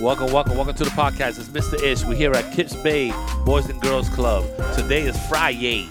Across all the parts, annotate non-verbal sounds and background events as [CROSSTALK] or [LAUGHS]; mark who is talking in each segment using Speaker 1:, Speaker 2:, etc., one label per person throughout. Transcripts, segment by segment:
Speaker 1: Welcome, welcome, welcome to the podcast. It's Mr. Ish. We're here at Kips Bay Boys and Girls Club. Today is Friday.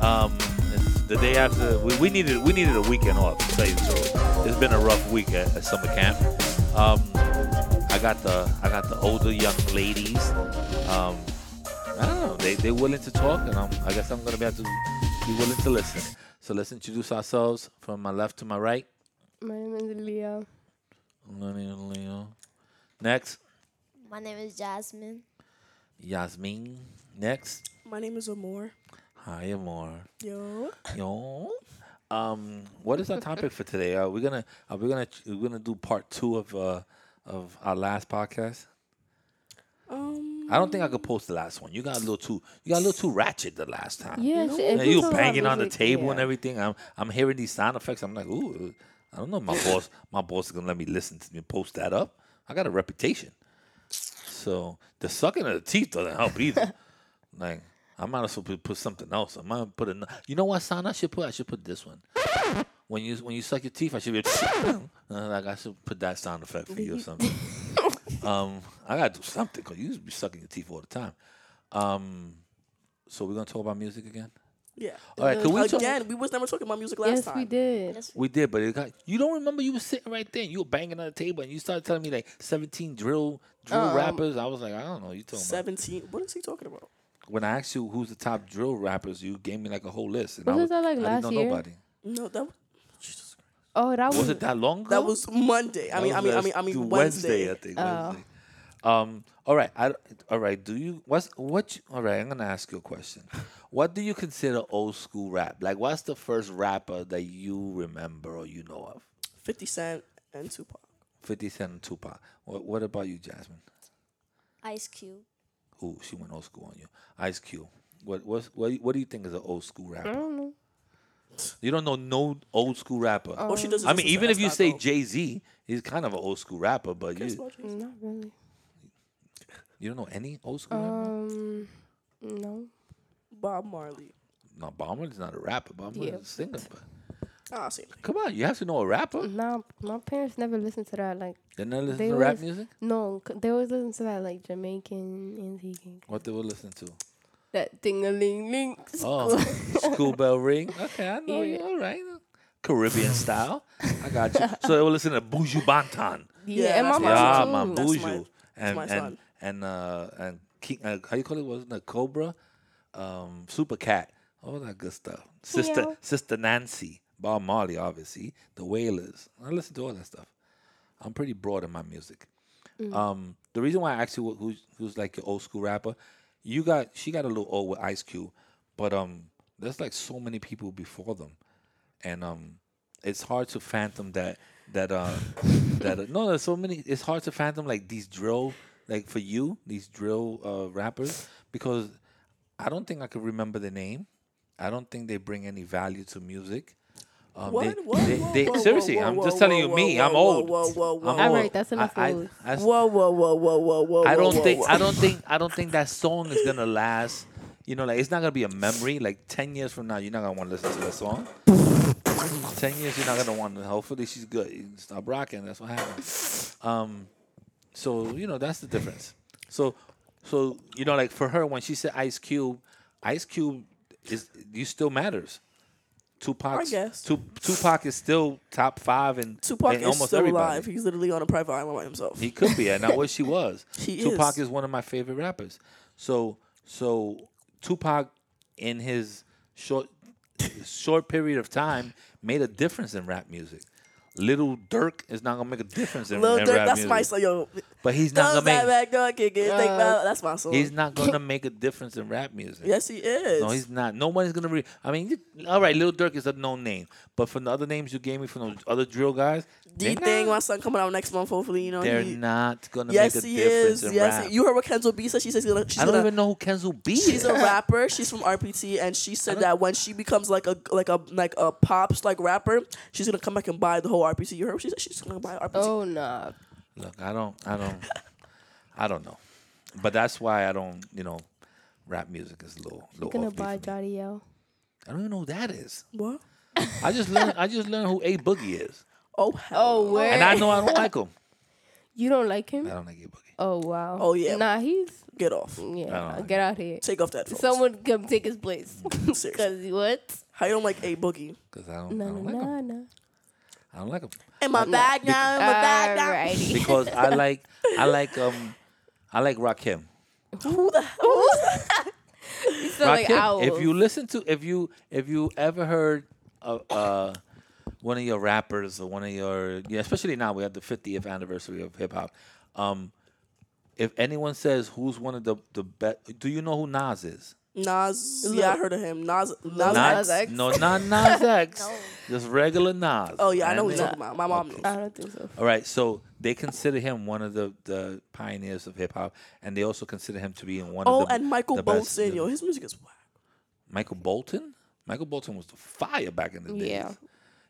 Speaker 1: Um, it's the day after we, we needed we needed a weekend off. To tell you the truth, it's been a rough week at, at summer camp. Um, I got the I got the older young ladies. Um, I don't know. They they're willing to talk, and I'm, I guess I'm gonna be able to be willing to listen. So let's introduce ourselves from my left to my right.
Speaker 2: My name is Leo.
Speaker 1: Lenny and Leo. Next,
Speaker 3: My name is Jasmine.
Speaker 1: Yasmin. Next,
Speaker 4: My name is Amor.
Speaker 1: hi Amor.
Speaker 4: Yo.
Speaker 1: Yo. Um, what is our topic for today? Are we gonna are we gonna we're gonna do part two of uh of our last podcast?
Speaker 4: Um.
Speaker 1: I don't think I could post the last one. You got a little too you got a little too ratchet the last time.
Speaker 2: Yes,
Speaker 4: No.
Speaker 2: it
Speaker 1: And you banging on the table and everything. I'm I'm hearing these sound effects. I'm like, ooh, I don't know. if My boss, my boss is gonna let me listen to me post that up. I got a reputation. So the sucking of the teeth doesn't help either. like I might as well put, put something else. I might put a. You know what sound I should put? I should put this one. When you when you suck your teeth, I should be Uh, like [LAUGHS] I should put that sound effect for you or something. um, I gotta do something because you be sucking your teeth all the time. Um, so we're gonna talk about music again.
Speaker 4: Yeah.
Speaker 1: All right, can we talk-
Speaker 4: Again, we was never talking about music last
Speaker 2: Yes,
Speaker 4: time.
Speaker 2: we did.
Speaker 1: We did, but it got, you don't remember you were sitting right there. And you were banging on the table, and you started telling me like seventeen drill drill
Speaker 2: Um,
Speaker 1: rappers. I was like, I don't know. You talking about
Speaker 4: Seventeen. What is he talking about?
Speaker 1: when I asked you who's the top drill rappers, you gave me like a whole list, and I
Speaker 2: Wasn't
Speaker 1: was
Speaker 2: that, like,
Speaker 1: I
Speaker 2: last
Speaker 1: didn't know
Speaker 2: year?
Speaker 1: nobody.
Speaker 4: No, that. Jesus Christ.
Speaker 2: Oh, that was,
Speaker 1: Was it
Speaker 2: [LAUGHS]
Speaker 1: that long ago?
Speaker 4: That was Monday. I
Speaker 1: That
Speaker 4: mean, I
Speaker 1: was
Speaker 4: mean, I
Speaker 1: last-
Speaker 4: mean, I mean,
Speaker 1: through
Speaker 4: Wednesday.
Speaker 1: I think.
Speaker 2: Oh.
Speaker 1: Wednesday. Um. All right. I, all right. Do you what's what? You, all right. I'm gonna ask you a question. What do you consider old school rap? Like, what's the first rapper that you remember or you know of?
Speaker 4: Fifty Cent and Tupac.
Speaker 1: Fifty Cent and Tupac. What What about you, Jasmine?
Speaker 3: Ice Cube.
Speaker 1: Ooh, she went old school on you. Ice Cube. What what's, what do you- what do you think is an old school
Speaker 2: I
Speaker 1: rapper?
Speaker 2: don't know. Oh,
Speaker 1: You don't know no old school rapper.
Speaker 4: All Oh,
Speaker 2: Um,
Speaker 4: she does is
Speaker 1: I mean,
Speaker 4: listen to
Speaker 1: even if you
Speaker 4: Escapo.
Speaker 1: say Jay Z, he's kind of an old school rapper, but
Speaker 4: Guess
Speaker 1: you
Speaker 4: what, Jesus?
Speaker 2: Not really.
Speaker 1: you don't know any old school. rapper?
Speaker 2: Um, no.
Speaker 4: Bob Marley.
Speaker 1: No, Bomber is not a rapper. Bomber
Speaker 2: Yeah.
Speaker 1: is a singer. But
Speaker 4: Ah, same thing.
Speaker 1: come on, you have to know a rapper.
Speaker 2: Nah, my parents never listened to that. Like,
Speaker 1: They never listen
Speaker 2: Mm-hmm. They
Speaker 1: to rap
Speaker 2: always-
Speaker 1: music.
Speaker 2: no, c- they always listen to that, like, Jamaican, Antiguan.
Speaker 1: What they were listening to?
Speaker 2: That ding a ling ling.
Speaker 1: Oh, school bell ring. Okay, I know you.
Speaker 2: Yeah.
Speaker 1: All right, Caribbean style. I got
Speaker 2: [LAUGHS]
Speaker 1: you. So they were listening to Buju Bantan.
Speaker 2: Yeah,
Speaker 4: Yeah,
Speaker 2: and my
Speaker 4: that's
Speaker 2: mom
Speaker 4: what it
Speaker 1: Yeah,
Speaker 4: is.
Speaker 1: my
Speaker 2: too.
Speaker 4: That's my-
Speaker 1: Buju and
Speaker 4: my
Speaker 1: and
Speaker 4: son.
Speaker 1: and uh and King, uh, how you call it? Wasn't it Cobra? Um, Super Cat. All that good stuff. Sister
Speaker 2: Meow.
Speaker 1: Sister Nancy. Bob Marley, obviously. The Wailers. I listen to all that stuff. I'm pretty broad in my music.
Speaker 4: Mm.
Speaker 1: Um, the reason why I asked you wh- who's who's like your old school rapper, you got she got a little old with Ice Cube, but um, there's like so many people before them, and um, it's hard to phantom that that uh that uh, no, there's so many. It's hard to phantom like these drill like for you these drill uh rappers because I don't think I could remember the name. I don't think they bring any value to music. Um, they-
Speaker 4: What? Whoa,
Speaker 1: they-
Speaker 4: whoa,
Speaker 1: they-
Speaker 4: whoa,
Speaker 1: seriously,
Speaker 4: whoa,
Speaker 1: I'm
Speaker 4: whoa,
Speaker 1: just telling you,
Speaker 4: whoa,
Speaker 1: me,
Speaker 4: whoa,
Speaker 1: I'm
Speaker 4: whoa,
Speaker 1: old.
Speaker 4: whoa, whoa, whoa,
Speaker 1: I'm
Speaker 4: whoa.
Speaker 1: old.
Speaker 2: Alright, that's enough
Speaker 1: I, I,
Speaker 2: fools.
Speaker 1: I s-
Speaker 4: Whoa, whoa, whoa, whoa, whoa, whoa.
Speaker 1: I don't
Speaker 4: whoa,
Speaker 1: think
Speaker 4: Whoa.
Speaker 1: I don't
Speaker 4: [LAUGHS]
Speaker 1: think I don't think that song is gonna last. You know, like it's not gonna be a memory. Like ten years from now, you're not gonna want to listen to that song. ten years, you're not gonna want to. Hopefully, she's good. You can stop rocking. That's what happens. Um, so you know that's the difference. So, so you know, like for her, when she said Ice Cube, Ice Cube is you still matters. Tupac,
Speaker 4: guess.
Speaker 1: Tupac is still top five and
Speaker 4: Tupac
Speaker 1: in
Speaker 4: is
Speaker 1: almost
Speaker 4: still
Speaker 1: everybody.
Speaker 4: alive. He's literally on a private island by himself.
Speaker 1: He could be, and I wish he was.
Speaker 4: [LAUGHS] He
Speaker 1: Tupac is.
Speaker 4: is.
Speaker 1: one of my favorite rappers. So, so Tupac, in his short short period of time, made a difference in rap music. Little Dirk is not gonna make a difference in,
Speaker 4: Lil
Speaker 1: in
Speaker 4: Durk,
Speaker 1: rap
Speaker 4: that's
Speaker 1: music.
Speaker 4: my son. Yo,
Speaker 1: But he's not
Speaker 4: Don't
Speaker 1: gonna
Speaker 4: back,
Speaker 1: make.
Speaker 4: back, go, kick it, think
Speaker 2: Uh,
Speaker 4: about. That's my song.
Speaker 1: He's not gonna make a difference in rap music.
Speaker 4: Yes, he is.
Speaker 1: No, he's not. No one's gonna. Re- I mean, you- all right, Little Dirk is a known name, but from the other names you gave me from those other drill guys,
Speaker 4: Do you
Speaker 1: they're
Speaker 4: think
Speaker 1: not-
Speaker 4: my son coming out next month? Hopefully, you know.
Speaker 1: they're
Speaker 4: he,
Speaker 1: not gonna
Speaker 4: yes,
Speaker 1: make a
Speaker 4: he
Speaker 1: difference
Speaker 4: is.
Speaker 1: in
Speaker 4: Yes,
Speaker 1: rap.
Speaker 4: you heard what Kenzo B said. She says she's gonna. She's
Speaker 1: I don't
Speaker 4: gonna
Speaker 1: even know who Kenzo B is. [LAUGHS]
Speaker 4: She's a rapper. She's from RPT, and she said that when she becomes like a like a like a pops like rapper, she's gonna come back and buy the whole RPT. You heard what she said? She's gonna buy RPT.
Speaker 2: Oh, nah.
Speaker 1: Look, I don't, I don't, I don't know, but that's why I don't, you know, rap music is a little,
Speaker 2: I'm
Speaker 1: little
Speaker 2: gonna
Speaker 1: offbeat
Speaker 2: buy
Speaker 1: for me.
Speaker 2: Jody L.
Speaker 1: I don't even know who that is.
Speaker 4: What?
Speaker 1: I just learned, I just learned who A Boogie is,
Speaker 4: Oh hell!
Speaker 2: where?
Speaker 1: and I know I don't like him.
Speaker 2: You don't like
Speaker 1: I
Speaker 2: him?
Speaker 1: don't like Gay Boogie.
Speaker 2: Oh wow.
Speaker 4: Oh, yeah.
Speaker 2: Nah, he's
Speaker 4: Get off.
Speaker 1: don't
Speaker 2: yeah.
Speaker 1: like
Speaker 2: Get out here.
Speaker 4: Take off that. Phone.
Speaker 2: Someone come take his place. [LAUGHS]
Speaker 4: [LAUGHS] Seriously.
Speaker 2: Cause what?
Speaker 4: How you don't like a boogie?
Speaker 1: Cause I don't,
Speaker 2: No,
Speaker 1: I
Speaker 2: no,
Speaker 1: don't like him.
Speaker 2: no, no.
Speaker 1: I don't like him
Speaker 4: In my bag now. In my bag now.
Speaker 2: Alrighty.
Speaker 1: because I like I like um I like Rakim.
Speaker 4: Who
Speaker 2: [LAUGHS]
Speaker 4: the hell? is that?
Speaker 2: You sound like
Speaker 1: Rakim,
Speaker 2: owls.
Speaker 1: if you listen to if you if you ever heard of uh, one of your rappers or one of your yeah, especially now we have the 50th anniversary of hip hop. Um, if anyone says who's one of the the best, do you know who Nas is?
Speaker 4: Nas. Yeah, I heard of him. Nas. Oh, Nas.
Speaker 2: Nas-
Speaker 4: X.
Speaker 2: X.
Speaker 1: No, not
Speaker 4: [LAUGHS]
Speaker 1: Nas X.
Speaker 3: No.
Speaker 1: Just regular Nas.
Speaker 4: Oh yeah, I know what
Speaker 1: And
Speaker 4: you're talking about. My mom knows.
Speaker 2: I don't think so.
Speaker 1: All right, so they consider him one of the, the pioneers of hip hop, and they also consider him to be in one
Speaker 4: Oh,
Speaker 1: of the
Speaker 4: and Michael
Speaker 1: the best-
Speaker 4: Bolton. Yo, his music is whack.
Speaker 1: Michael Bolton. Michael Bolton was the fire back in the days.
Speaker 2: Yeah.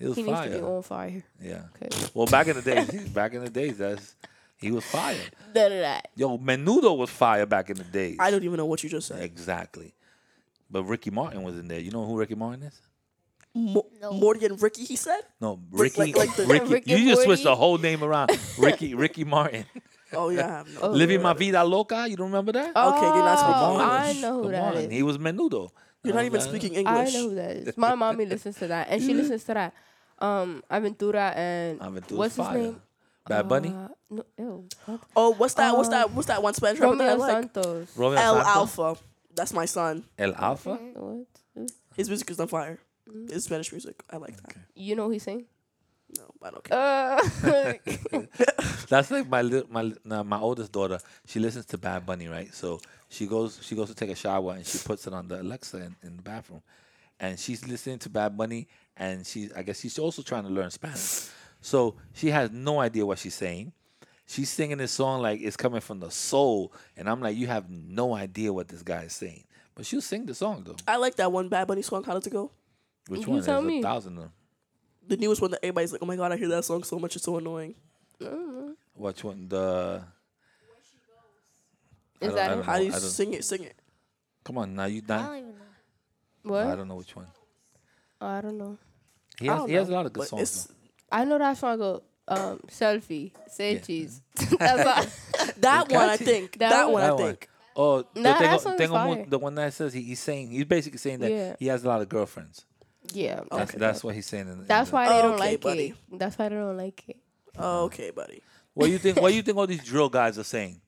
Speaker 1: It was
Speaker 2: He needs
Speaker 1: fire.
Speaker 2: to be on fire.
Speaker 1: Yeah.
Speaker 2: 'Kay.
Speaker 1: Well, back in the days, back in the days, that's he was fire.
Speaker 2: None of that.
Speaker 1: Yo, Menudo was fire back in the days.
Speaker 4: I don't even know what you just said.
Speaker 1: exactly. But Ricky Martin was in there. You know who Ricky Martin is?
Speaker 4: Mo-
Speaker 3: No.
Speaker 4: Morty and Ricky. He said.
Speaker 1: No,
Speaker 4: Rick-
Speaker 1: Ricky.
Speaker 4: like- like the-
Speaker 1: Ricky.
Speaker 2: Rick and
Speaker 1: you just switched the
Speaker 2: Morty?
Speaker 1: whole name
Speaker 2: [LAUGHS]
Speaker 1: around. Ricky. Ricky Martin.
Speaker 4: Oh yeah, I have no.
Speaker 2: Oh.
Speaker 1: Living my vida loca. You don't remember that?
Speaker 2: Oh,
Speaker 4: Okay, you're not speaking
Speaker 2: I
Speaker 4: English.
Speaker 2: know who
Speaker 1: Come
Speaker 2: that
Speaker 1: on,
Speaker 2: is.
Speaker 1: He was Menudo.
Speaker 4: You're not even
Speaker 1: Uh,
Speaker 4: speaking
Speaker 2: I
Speaker 4: English.
Speaker 2: know who that is. My mommy listens to that, and she listens to that. Um, Aventura and
Speaker 1: Aventura's
Speaker 2: what's his
Speaker 1: fire.
Speaker 2: name?
Speaker 1: Bad Bunny.
Speaker 2: Uh, no, ew. What?
Speaker 4: Oh, what's that? what's
Speaker 2: Uh,
Speaker 4: that? What's that one Spanish rapper that I
Speaker 2: Romeo
Speaker 4: like?
Speaker 2: Santos.
Speaker 1: Romeo
Speaker 4: El
Speaker 1: Santos.
Speaker 4: Alpha. That's my son.
Speaker 1: El Alpha.
Speaker 2: What?
Speaker 4: His music is on fire.
Speaker 2: Mm.
Speaker 4: It's Spanish music. I like that.
Speaker 2: You know who he sing?
Speaker 4: No, I don't care.
Speaker 2: Uh, [LAUGHS]
Speaker 1: That's like my li- my li- nah, my oldest daughter. She listens to Bad Bunny, right? So she goes she goes to take a shower and she puts it on the Alexa in, in the bathroom, and she's listening to Bad Bunny, and she I guess she's also trying to learn Spanish, so she has no idea what she's saying. She's singing this song like it's coming from the soul, and I'm like, you have no idea what this guy is saying, but she'll sing the song though.
Speaker 4: I like that one Bad Bunny song. How does it go?
Speaker 1: Which
Speaker 2: You
Speaker 1: one?
Speaker 2: tell
Speaker 1: There's
Speaker 2: me.
Speaker 1: a thousand of them.
Speaker 4: The newest one that everybody's like, oh my god, I hear that song so much. It's so annoying.
Speaker 1: Which one? The I
Speaker 2: Is
Speaker 1: don't-
Speaker 2: that
Speaker 1: I
Speaker 2: it?
Speaker 1: don't
Speaker 4: How
Speaker 1: know.
Speaker 4: do you
Speaker 1: I don't-
Speaker 4: sing it? Sing it.
Speaker 1: Come on, now you
Speaker 3: I
Speaker 2: Ah.
Speaker 3: don't
Speaker 1: done.
Speaker 3: even know.
Speaker 2: what?
Speaker 1: I don't know which one.
Speaker 2: I don't know.
Speaker 1: He
Speaker 4: I
Speaker 1: has,
Speaker 4: don't
Speaker 1: he has a
Speaker 4: know,
Speaker 1: lot of good
Speaker 4: but
Speaker 1: songs. though.
Speaker 4: it's-
Speaker 2: I know that song. Go um, selfie, say
Speaker 1: Yeah.
Speaker 2: cheese. That's all.
Speaker 4: That
Speaker 1: They
Speaker 4: one,
Speaker 1: got
Speaker 4: I
Speaker 1: you.
Speaker 4: think.
Speaker 2: That
Speaker 4: That
Speaker 2: one.
Speaker 4: one,
Speaker 1: That
Speaker 4: I
Speaker 1: one.
Speaker 4: think.
Speaker 1: Oh, the,
Speaker 2: Nah,
Speaker 1: thing,
Speaker 2: that song is
Speaker 1: thing on-
Speaker 2: fire.
Speaker 1: the one that says he, he's saying he's basically saying that
Speaker 2: Yeah.
Speaker 1: he has a lot of girlfriends.
Speaker 2: [LAUGHS] yeah.
Speaker 1: That's,
Speaker 4: Okay.
Speaker 1: that's what he's saying. In, in
Speaker 2: That's
Speaker 1: the-
Speaker 2: why they don't
Speaker 4: Okay,
Speaker 2: like
Speaker 4: buddy.
Speaker 2: it. That's why they don't like it.
Speaker 4: Oh, Okay, buddy.
Speaker 1: [LAUGHS] What you think? What you think all these drill guys are saying?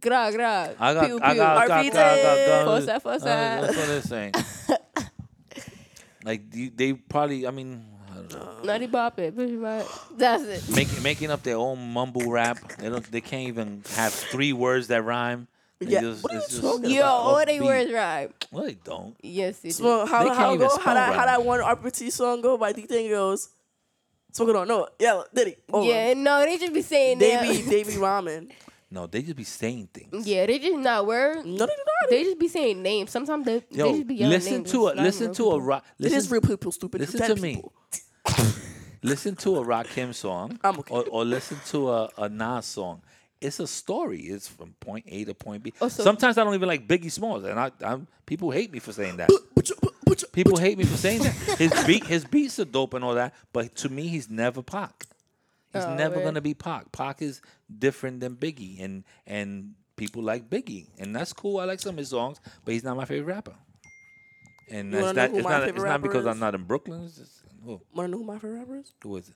Speaker 2: Gra gra.
Speaker 1: I got,
Speaker 2: pew,
Speaker 1: I got, I
Speaker 2: pew.
Speaker 1: got, I got,
Speaker 4: RPGs.
Speaker 1: guns.
Speaker 2: Fosa, fosa.
Speaker 1: Uh, that's what they're saying.
Speaker 2: [LAUGHS]
Speaker 1: like you, they probably, I mean, I don't know,
Speaker 2: Nutty bop it. Push my. That's it.
Speaker 1: making making up their own mumble rap. They don't, they can't even have three words that rhyme. They
Speaker 4: Yeah.
Speaker 1: just-
Speaker 4: What are
Speaker 1: it's
Speaker 4: you
Speaker 1: just
Speaker 4: talking
Speaker 2: Yo,
Speaker 4: about?
Speaker 2: all they
Speaker 1: offbeat.
Speaker 2: words rhyme.
Speaker 1: No, they don't.
Speaker 2: Yes, it is.
Speaker 4: So how
Speaker 1: They can't
Speaker 4: how
Speaker 1: even
Speaker 4: go how
Speaker 1: spell
Speaker 4: that how
Speaker 1: right.
Speaker 4: that one RPT song go by D thing goes. Smoking on no yeah Diddy hold on.
Speaker 2: Yeah, no, they just be saying
Speaker 4: They
Speaker 2: that. [LAUGHS]
Speaker 4: be they be rhyming.
Speaker 1: No, they just be saying things.
Speaker 2: yeah, they just not word.
Speaker 4: No, they not.
Speaker 2: They just be saying names. Sometimes they,
Speaker 1: Yo,
Speaker 2: they just be yelling
Speaker 1: listen
Speaker 2: names.
Speaker 1: to a
Speaker 2: It's not
Speaker 1: listen
Speaker 2: real
Speaker 1: to a
Speaker 2: people.
Speaker 1: rock.
Speaker 4: It
Speaker 1: Listen
Speaker 4: is real people stupid.
Speaker 1: listen
Speaker 4: you
Speaker 1: to
Speaker 4: dead
Speaker 1: me.
Speaker 4: people.
Speaker 1: listen to a Rakim song
Speaker 4: I'm okay.
Speaker 1: or, or listen to a, a Nas song. It's a story. It's from point A to point B.
Speaker 4: Oh,
Speaker 2: Also-
Speaker 1: Sometimes I don't even like Biggie Smalls, and I I'm, people hate me for saying that.
Speaker 4: But you- but- but you-
Speaker 1: People hate me for saying that. His beat his beats are dope and all that, but to me, he's never Pac. He's
Speaker 2: Oh,
Speaker 1: never
Speaker 2: really?
Speaker 1: gonna be Pac. Pac is different than Biggie, and and people like Biggie, and that's cool. I like some of his songs, but he's not my favorite rapper. And
Speaker 4: You
Speaker 1: that's
Speaker 4: wanna know
Speaker 1: not,
Speaker 4: who
Speaker 1: it's
Speaker 4: my
Speaker 1: not,
Speaker 4: favorite
Speaker 1: it's not because
Speaker 4: rapper
Speaker 1: I'm
Speaker 4: is?
Speaker 1: not in Brooklyn. It's just, who,
Speaker 4: Wanna know who my favorite rapper is?
Speaker 1: who is it?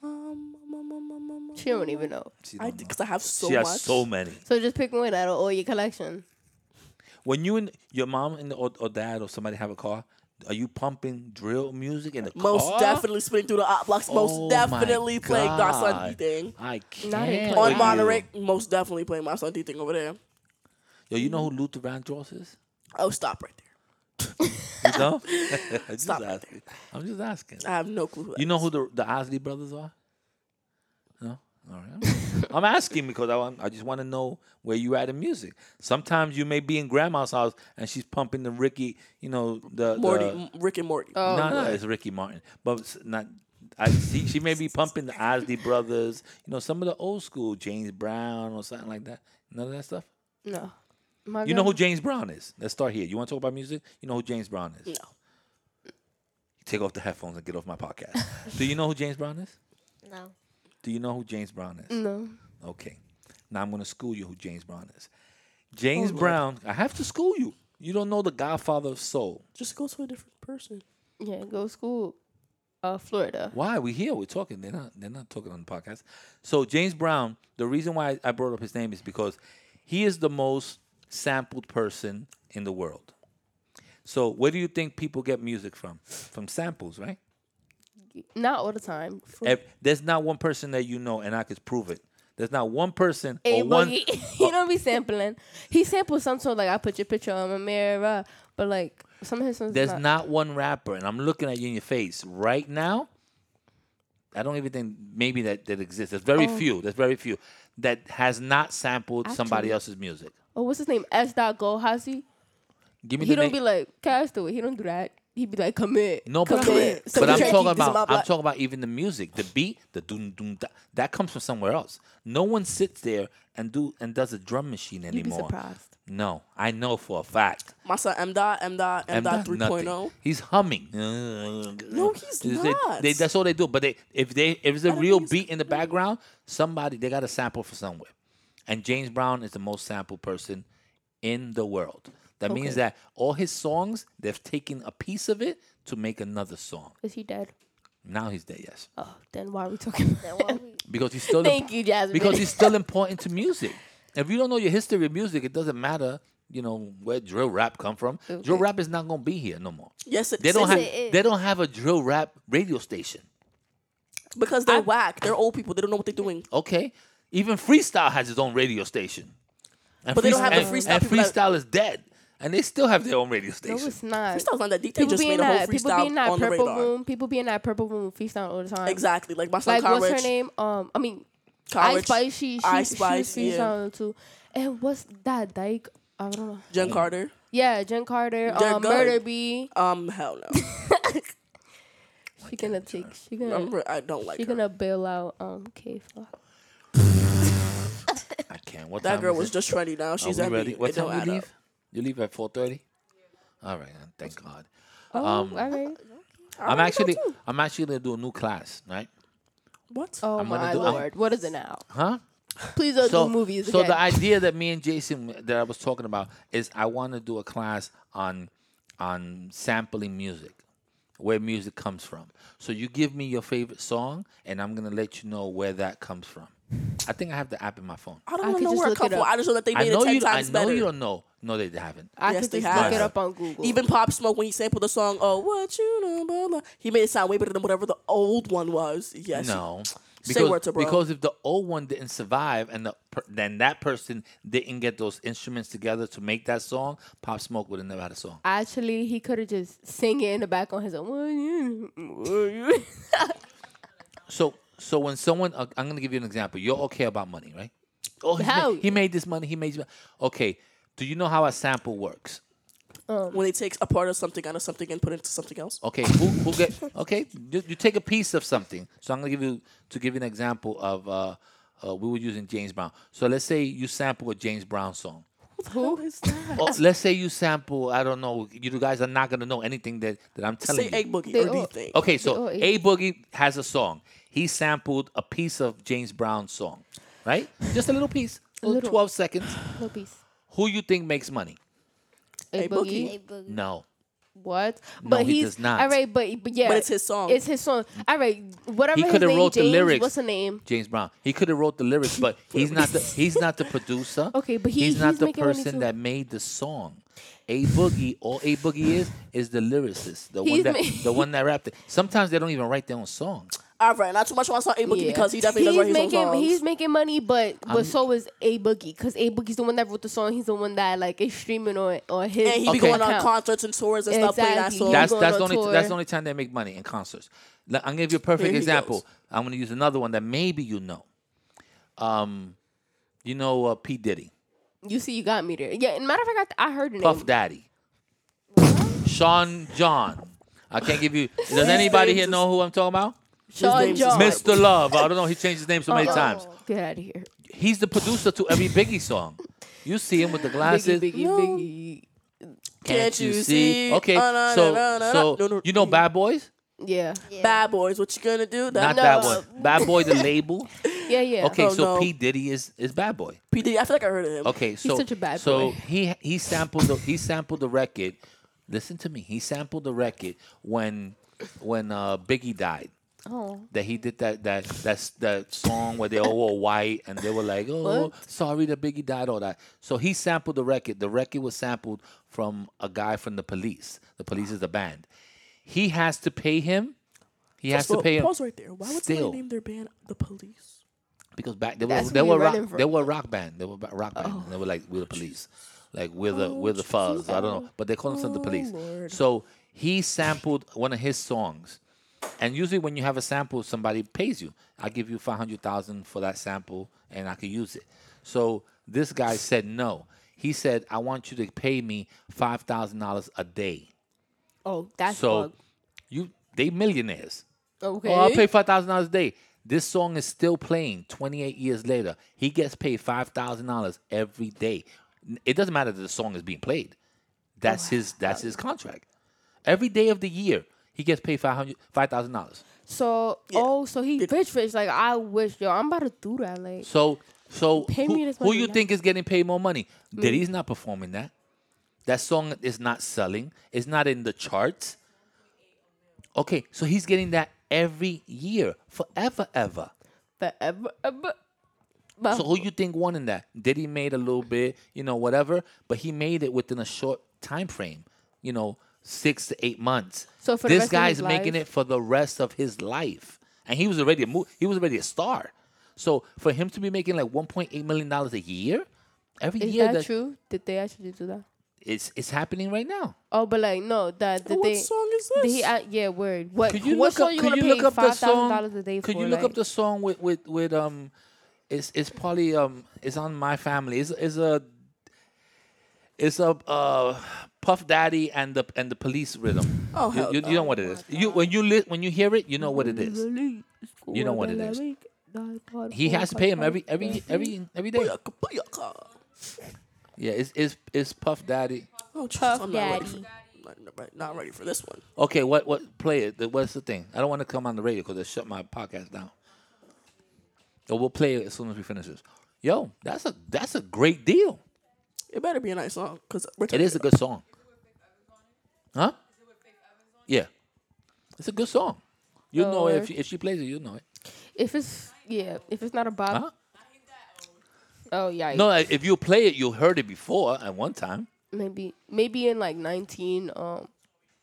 Speaker 4: Um, um, um, um, um,
Speaker 2: She don't even know.
Speaker 1: She
Speaker 4: I
Speaker 1: don't know.
Speaker 4: because I have so
Speaker 1: she
Speaker 4: much.
Speaker 1: has so many.
Speaker 2: So just pick one out of all your collection.
Speaker 1: When you and your mom and or, or dad or somebody have a car, are you pumping drill music in the
Speaker 4: most
Speaker 1: car?
Speaker 4: definitely spinning through the op blocks. Most
Speaker 1: Oh my
Speaker 4: definitely playing my son
Speaker 1: God.
Speaker 4: D thing.
Speaker 1: I
Speaker 2: Not
Speaker 1: can't.
Speaker 2: in
Speaker 1: with
Speaker 2: Wow.
Speaker 4: On
Speaker 1: you.
Speaker 4: Monterey, most definitely playing my son D thing over there.
Speaker 1: Yo, you know who Luther Vandross is?
Speaker 4: Oh, stop right there.
Speaker 1: You
Speaker 4: [LAUGHS]
Speaker 1: know? [LAUGHS] I'm just
Speaker 4: Stop Uh, it.
Speaker 1: asking. I'm just asking.
Speaker 4: I have no clue. Who that
Speaker 1: You know
Speaker 4: is.
Speaker 1: who the the Osley brothers are? No. All
Speaker 4: [LAUGHS]
Speaker 1: right. I'm asking because I want, I just want to know where you at in music. Sometimes you may be in grandma's house and she's pumping the Ricky, you know, the
Speaker 4: Morty,
Speaker 1: the-
Speaker 4: M- Rick and Morty.
Speaker 2: Oh,
Speaker 1: no, no,
Speaker 2: boy.
Speaker 1: it's Ricky Martin. But it's not. I see she may be pumping the Osley brothers, you know, some of the old school James Brown or something like that. None of that stuff.
Speaker 2: no. My
Speaker 1: You know who
Speaker 2: grandma-
Speaker 1: James Brown is? Let's start here. You want to talk about music? You know who James Brown is?
Speaker 4: no,
Speaker 1: Take off the headphones
Speaker 2: [LAUGHS]
Speaker 1: and get off my podcast. Do you know who James Brown is?
Speaker 3: [LAUGHS] No.
Speaker 1: Do you know who James Brown is?
Speaker 2: No.
Speaker 1: Okay. Now I'm gonna school you who James Brown is.
Speaker 2: Oh,
Speaker 1: James Brown, I have to school you. You don't know the Godfather of Soul.
Speaker 4: Just go to a different person.
Speaker 2: Yeah, go to school, uh, Florida.
Speaker 1: Why we here? We're talking. They're not. They're not talking on the podcast. So James Brown. The reason why I brought up his name is because he is the most sampled person in the world. So where do you think people get music from? From samples, right?
Speaker 2: Not all the time. Fl-
Speaker 1: Ev- There's not one person that you know, and I could prove it. There's not one person
Speaker 2: Hey,
Speaker 1: or one. [LAUGHS]
Speaker 2: Boogie, he [LAUGHS] don't be sampling. He samples some sort like I put your picture on my mirror, but like some of his songs.
Speaker 1: There's
Speaker 2: not,
Speaker 1: not one rapper, and I'm looking at you in your face right now. I don't even think maybe that that exists. There's very
Speaker 2: Oh.
Speaker 1: few. There's very few that has not sampled somebody
Speaker 2: Actually-
Speaker 1: else's music.
Speaker 2: Oh, what's his name? S. Dot Gohazi.
Speaker 1: Give me
Speaker 2: He
Speaker 1: the
Speaker 2: don't
Speaker 1: name.
Speaker 2: be like castaway. He don't do that. He be like commit.
Speaker 1: no, but,
Speaker 2: commit.
Speaker 4: So
Speaker 1: but I'm
Speaker 4: Drake,
Speaker 2: commit.
Speaker 1: talking
Speaker 4: this is my
Speaker 1: about I'm
Speaker 4: black-
Speaker 1: talking about even the music, the beat, the doom doom da, that comes from somewhere else. No one sits there and do and does a drum machine
Speaker 2: You'd be
Speaker 1: anymore.
Speaker 2: surprised.
Speaker 1: No, I know for a fact.
Speaker 4: My son M dot M dot M
Speaker 1: I'm
Speaker 4: dot
Speaker 1: not
Speaker 4: three oh.
Speaker 1: nothing. He's humming. oh? No,
Speaker 4: he's
Speaker 1: They,
Speaker 4: not.
Speaker 1: that's all they do. But they, if they if there's a real
Speaker 4: he's
Speaker 1: beat in the background, somebody they got a sample for somewhere. And James Brown is the most sampled person in the world. That means that all his songs, they've taken a piece of it to make another song.
Speaker 2: Is he dead?
Speaker 1: Now he's there, yes,
Speaker 2: Oh, then why are we talking?
Speaker 3: Then
Speaker 2: About
Speaker 3: what
Speaker 2: him? [LAUGHS]
Speaker 3: we-
Speaker 1: because he's still
Speaker 2: Thank you, Jasmine.
Speaker 1: because it's still important to music. If you don't know your history of music, it doesn't matter. You know where drill rap come from. Drill rap is not gonna be here no more.
Speaker 4: Yes, it,
Speaker 1: They don't have
Speaker 3: it is.
Speaker 1: they don't have a drill rap radio station.
Speaker 4: because they're whack. They're old people. They don't know what they're doing.
Speaker 1: Okay, even freestyle has its own radio station. And
Speaker 4: But they don't
Speaker 1: freest-
Speaker 4: have the
Speaker 1: and- And
Speaker 4: freestyle people that-
Speaker 1: freestyle is dead, and they still have their own radio
Speaker 2: no,
Speaker 1: station.
Speaker 2: it's not.
Speaker 4: Freestyle's not that deep. They
Speaker 2: People
Speaker 4: just
Speaker 2: be in
Speaker 4: made a whole
Speaker 2: that. People be
Speaker 4: freestyle
Speaker 2: in that
Speaker 4: on the
Speaker 2: purple
Speaker 4: radar.
Speaker 2: room. People be in that purple room freestyle all the time.
Speaker 4: Exactly. Like my son
Speaker 2: Like what's her
Speaker 4: Conrich.
Speaker 2: name? Um, I mean, I
Speaker 4: Conrich,
Speaker 2: Spice. She she,
Speaker 4: I
Speaker 2: she was
Speaker 4: Spice, yeah.
Speaker 2: freestyling too. And what's that Dyke? I don't know.
Speaker 4: Jen Carter.
Speaker 2: Yeah, Jen Carter.
Speaker 4: They're
Speaker 2: Um,
Speaker 4: good.
Speaker 2: Murder B.
Speaker 4: Um, hell
Speaker 2: [LAUGHS]
Speaker 4: no.
Speaker 2: She gonna take. She
Speaker 4: I'm
Speaker 2: gonna.
Speaker 4: re- I don't like
Speaker 2: She
Speaker 4: her.
Speaker 2: gonna bail out. Um, K. Flock.
Speaker 1: I can't. What
Speaker 4: That
Speaker 1: time
Speaker 4: girl
Speaker 1: is
Speaker 4: was
Speaker 1: it?
Speaker 4: just trendy now.
Speaker 1: Are
Speaker 4: She's
Speaker 1: we
Speaker 4: at
Speaker 1: ready?
Speaker 4: me.
Speaker 1: What
Speaker 4: It don't
Speaker 1: time you
Speaker 4: add
Speaker 1: leave?
Speaker 4: up.
Speaker 1: You leave at four thirty. All right, uh, thank God.
Speaker 2: Oh,
Speaker 1: Um,
Speaker 2: all right.
Speaker 1: I'm actually I'm actually gonna do a new class, right?
Speaker 4: What?
Speaker 2: Oh
Speaker 1: I'm gonna
Speaker 2: my
Speaker 1: do- I'm-
Speaker 2: lord, what is it now?
Speaker 1: Huh?
Speaker 2: Please don't
Speaker 1: so,
Speaker 2: do movies.
Speaker 1: So
Speaker 2: again.
Speaker 1: the idea that me and Jason that I was talking about is I want to do a class on on sampling music, where music comes from. So you give me your favorite song, and I'm gonna let you know where that comes from. I think I have the app in my phone.
Speaker 4: I
Speaker 2: I
Speaker 4: don't
Speaker 2: could
Speaker 4: know
Speaker 2: just look
Speaker 4: where it
Speaker 2: it
Speaker 4: comes from.
Speaker 2: up.
Speaker 4: I just know that they
Speaker 1: I
Speaker 4: made it
Speaker 1: know
Speaker 4: ten
Speaker 1: you. I
Speaker 4: times
Speaker 1: know
Speaker 4: better.
Speaker 1: you don't know. No, they haven't.
Speaker 2: I
Speaker 4: Yes,
Speaker 2: could
Speaker 4: they
Speaker 2: just
Speaker 4: have.
Speaker 2: look it up on Google.
Speaker 4: Even Pop Smoke, when he sampled the song, oh, what you know, blah, blah, he made it sound way better than whatever the old one was. Yes.
Speaker 1: No.
Speaker 4: Say
Speaker 1: Because,
Speaker 4: word to bro.
Speaker 1: because if the old one didn't survive and the per, then that person didn't get those instruments together to make that song, Pop Smoke would have never had a song.
Speaker 2: actually, he could have just sing it in the back on his own. Will you- will
Speaker 4: [LAUGHS]
Speaker 2: you?
Speaker 1: So so when someone uh, I'm gonna give you an example. You're okay about money, right? Oh, he's ma-
Speaker 2: Hell
Speaker 1: he made this money. He made this money. okay. Do you know how a sample works?
Speaker 4: When they take a part of something out of something and put it into something else.
Speaker 1: Okay, who, who get? Okay, you, you take a piece of something. So I'm gonna give you to give you an example of uh, uh, we were using James Brown. So let's say you sample a James Brown song.
Speaker 4: Who is that?
Speaker 1: Oh, let's say you sample, I don't know, you guys are not gonna know anything that, that I'm telling
Speaker 4: Say
Speaker 1: you.
Speaker 4: Egg Boogie
Speaker 2: They
Speaker 4: or
Speaker 2: all-
Speaker 4: D-Thing.
Speaker 1: okay,
Speaker 2: They
Speaker 1: so
Speaker 2: all
Speaker 1: A Boogie has a song. He sampled a piece of James Brown's song, right? Just a little piece,
Speaker 2: little.
Speaker 1: 12 seconds.
Speaker 2: no peace.
Speaker 1: Who you think makes money?
Speaker 2: A
Speaker 4: Hey,
Speaker 2: boogie.
Speaker 4: Boogie.
Speaker 3: Hey, boogie.
Speaker 1: No.
Speaker 2: What?
Speaker 1: No,
Speaker 2: But
Speaker 1: he
Speaker 2: he's
Speaker 1: does not.
Speaker 2: All right, but but yeah,
Speaker 4: But it's his song.
Speaker 2: It's his song. All right, whatever
Speaker 1: He
Speaker 2: his
Speaker 1: could have
Speaker 2: name.
Speaker 1: wrote the
Speaker 2: James,
Speaker 1: lyrics.
Speaker 2: What's the name?
Speaker 1: James Brown. He could have wrote the lyrics, but
Speaker 2: [LAUGHS]
Speaker 1: he's not the he's not the producer.
Speaker 2: Okay, but he-
Speaker 1: he's not
Speaker 2: he's
Speaker 1: the
Speaker 2: making money
Speaker 1: person
Speaker 2: too.
Speaker 1: that made the song. A Boogie, all A Boogie is is the lyricist, the one
Speaker 2: He's
Speaker 1: that
Speaker 2: ma-
Speaker 1: the
Speaker 2: [LAUGHS]
Speaker 1: one that rapped it. Sometimes they don't even write their own song.
Speaker 4: All right, not too much on A Boogie
Speaker 2: Yeah.
Speaker 4: because he definitely does
Speaker 2: he's
Speaker 4: write his own
Speaker 2: making
Speaker 4: songs.
Speaker 2: he's making money, but but
Speaker 1: I'm-
Speaker 2: so is A Boogie because A Boogie's the one that wrote the song. He's the one that like is streaming on on his.
Speaker 4: and he
Speaker 1: Okay.
Speaker 4: be going on
Speaker 2: account.
Speaker 4: concerts and tours and stuff playing that
Speaker 2: Exactly.
Speaker 4: song.
Speaker 1: That's
Speaker 2: going
Speaker 1: that's
Speaker 2: on
Speaker 1: the only
Speaker 2: tour.
Speaker 1: that's the only time they make money in concerts. Like, I'm gonna give you a perfect
Speaker 4: Here he
Speaker 1: example.
Speaker 4: goes.
Speaker 1: I'm gonna use another one that maybe you know. Um, you know uh, P Diddy,
Speaker 2: You see, you got me there. Yeah, and matter of fact, I, I heard the
Speaker 1: Puff
Speaker 2: name.
Speaker 1: Daddy, Sean John. I can't give you. Does anybody here know who I'm talking about?
Speaker 2: Sean
Speaker 4: name's just
Speaker 2: John.
Speaker 4: Miss-
Speaker 1: Mr. Love. I don't know. He changed his name so many
Speaker 2: Uh-uh.
Speaker 1: times.
Speaker 2: Get out of here.
Speaker 1: He's the producer to every Biggie song. You see him with the glasses.
Speaker 2: Biggie, Biggie,
Speaker 4: No.
Speaker 2: Biggie.
Speaker 1: Can't you see? Okay, so
Speaker 4: No,
Speaker 1: so
Speaker 4: no,
Speaker 1: you know Bad Boys.
Speaker 2: Yeah.
Speaker 3: Yeah.
Speaker 4: Bad Boys, what you gonna do?
Speaker 1: Not
Speaker 4: That-
Speaker 1: that
Speaker 2: No.
Speaker 1: one. Bad Boy, the label.
Speaker 2: Yeah, yeah.
Speaker 1: Okay,
Speaker 4: Oh,
Speaker 1: so
Speaker 4: no.
Speaker 1: P Diddy is is Bad Boy.
Speaker 4: P Diddy, I feel like I heard of him.
Speaker 1: Okay, so
Speaker 2: such a bad
Speaker 1: so
Speaker 2: boy.
Speaker 1: he he sampled the, he sampled the record. Listen to me. He sampled the record when when uh, Biggie died.
Speaker 2: Oh.
Speaker 1: That he did that that that's that song where they all wore white and they were like, oh,
Speaker 2: What?
Speaker 1: sorry that Biggie died, all that. So he sampled the record. The record was sampled from a guy from the Police. The Police is the band. He has to pay him. He has to
Speaker 4: Well,
Speaker 1: pay him
Speaker 4: Pause right there. Why would
Speaker 1: Still.
Speaker 4: somebody name their band The Police?
Speaker 1: because back they were
Speaker 2: That's
Speaker 1: they
Speaker 2: where
Speaker 1: were
Speaker 2: you're
Speaker 1: rock,
Speaker 2: running Oh. from.
Speaker 1: they were a rock band. They were a rock band. And they were like we're the police, like we're
Speaker 2: Oh,
Speaker 1: the we're the fuzz. I don't know, but they call themselves the police.
Speaker 4: Lord.
Speaker 1: So he sampled one of his songs, and usually when you have a sample, somebody pays you. I give you five hundred thousand for that sample, and I could use it. So this guy said no. He said I want you to pay me five thousand dollars a day.
Speaker 2: Oh, that's
Speaker 1: so
Speaker 2: fucked.
Speaker 1: you they millionaires.
Speaker 2: okay.
Speaker 1: Oh, I'll pay five thousand dollars a day. This song is still playing twenty eight years later. He gets paid five thousand dollars every day. N- It doesn't matter that the song is being played. That's his that's his contract. Every day of the year, he gets paid five hundred five thousand dollars.
Speaker 2: So
Speaker 4: Yeah.
Speaker 2: oh, so he rich, rich. Like I wish, yo, I'm about to do that. Like
Speaker 1: So so
Speaker 2: Pay
Speaker 1: who,
Speaker 2: me this
Speaker 1: who
Speaker 2: money Mm.
Speaker 1: you
Speaker 2: now.
Speaker 1: think is getting paid more money? Diddy's not performing that. That song is not selling. It's not in the charts. Okay, so he's getting that every year, forever, ever.
Speaker 2: forever. uh, but- But
Speaker 1: So who you think won in that? Diddy made a little bit, you know, whatever, but he made it within a short time frame, you know, six to eight months.
Speaker 2: So for the
Speaker 1: this
Speaker 2: rest of
Speaker 1: guy's
Speaker 2: his
Speaker 1: making
Speaker 2: life?
Speaker 1: it for the rest of his life, and he was already a mo- he was already a star. So for him to be making like one point eight million dollars a year, every
Speaker 2: is
Speaker 1: year
Speaker 2: that
Speaker 1: that-
Speaker 2: true? Did they actually do that?
Speaker 1: it's it's happening right now.
Speaker 2: Oh, but like no, that did
Speaker 4: what
Speaker 2: they?
Speaker 4: song is
Speaker 2: Did
Speaker 4: this?
Speaker 2: he? Uh, yeah, word. What?
Speaker 1: Could you
Speaker 2: what
Speaker 1: look
Speaker 2: song
Speaker 1: up?
Speaker 2: you
Speaker 1: could
Speaker 2: gonna
Speaker 1: you
Speaker 2: pay
Speaker 1: look up the
Speaker 2: five thousand
Speaker 1: song?
Speaker 2: dollars a day
Speaker 1: could
Speaker 2: for?
Speaker 1: you look
Speaker 2: like,
Speaker 1: up the song with with with um? It's it's probably um. It's on my family. It's it's a. It's a uh, Puff Daddy and the and the Police rhythm.
Speaker 4: Oh,
Speaker 1: you,
Speaker 4: hell
Speaker 1: you, you know what it is. You when you li- when you hear it, you know what it is. You know what it is. He has to pay him every every every every day.
Speaker 4: Booyaka, booyaka.
Speaker 1: Yeah, it's it's, it's Puff Daddy.
Speaker 4: Oh, Jesus,
Speaker 2: Puff
Speaker 4: I'm not ready, for,
Speaker 2: Daddy.
Speaker 4: not- not- not ready for this one.
Speaker 1: Okay, what what play it? The- What's the thing? I don't want to come on the radio because they shut my podcast down. So we'll play it as soon as we finish this. Yo, that's a that's a great deal.
Speaker 4: It better be a nice song because we're
Speaker 1: It
Speaker 4: talking
Speaker 1: is a good song. Huh? Yeah, it's a good song. You know it if
Speaker 2: Oh.
Speaker 1: she, if she plays it, you know it.
Speaker 2: If it's yeah, if it's not a bop.
Speaker 1: Huh?
Speaker 2: Oh yeah.
Speaker 1: No, like, if you play it, you heard it before at one time.
Speaker 2: Maybe maybe in like nineteen um.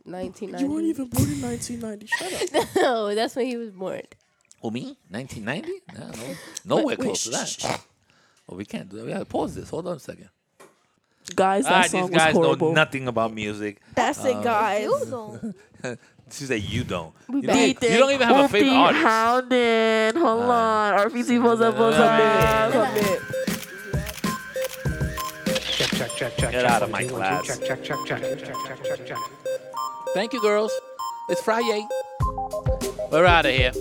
Speaker 2: 1990.
Speaker 4: You weren't even born in 1990.
Speaker 1: [LAUGHS]
Speaker 4: Shut up.
Speaker 2: [LAUGHS] no, that's when he was born.
Speaker 1: Who me? 1990? Nah, no, nowhere
Speaker 4: Wait,
Speaker 1: close to
Speaker 4: shh,
Speaker 1: that.
Speaker 4: shh, shh.
Speaker 1: Well, we can't do that. We have to pause this. Hold on a second.
Speaker 4: Guys, that
Speaker 1: Ah,
Speaker 4: song
Speaker 1: these guys
Speaker 4: was
Speaker 1: know
Speaker 4: horrible.
Speaker 1: nothing about music. [LAUGHS]
Speaker 2: That's it, guys.
Speaker 3: You don't.
Speaker 1: She said you don't. You
Speaker 2: back.
Speaker 1: don't, even- you don't even have a favorite artist.
Speaker 4: Hounded. Hold on. RPC pulls up, pulls
Speaker 1: up.
Speaker 5: Check, check, check, check.
Speaker 1: Get
Speaker 5: check.
Speaker 1: out of
Speaker 5: One,
Speaker 1: my
Speaker 5: two, one,
Speaker 1: class.
Speaker 5: two. Check, check, check, check, check, check, check, check, check.
Speaker 1: Thank you, girls. It's Friday. We're out of here.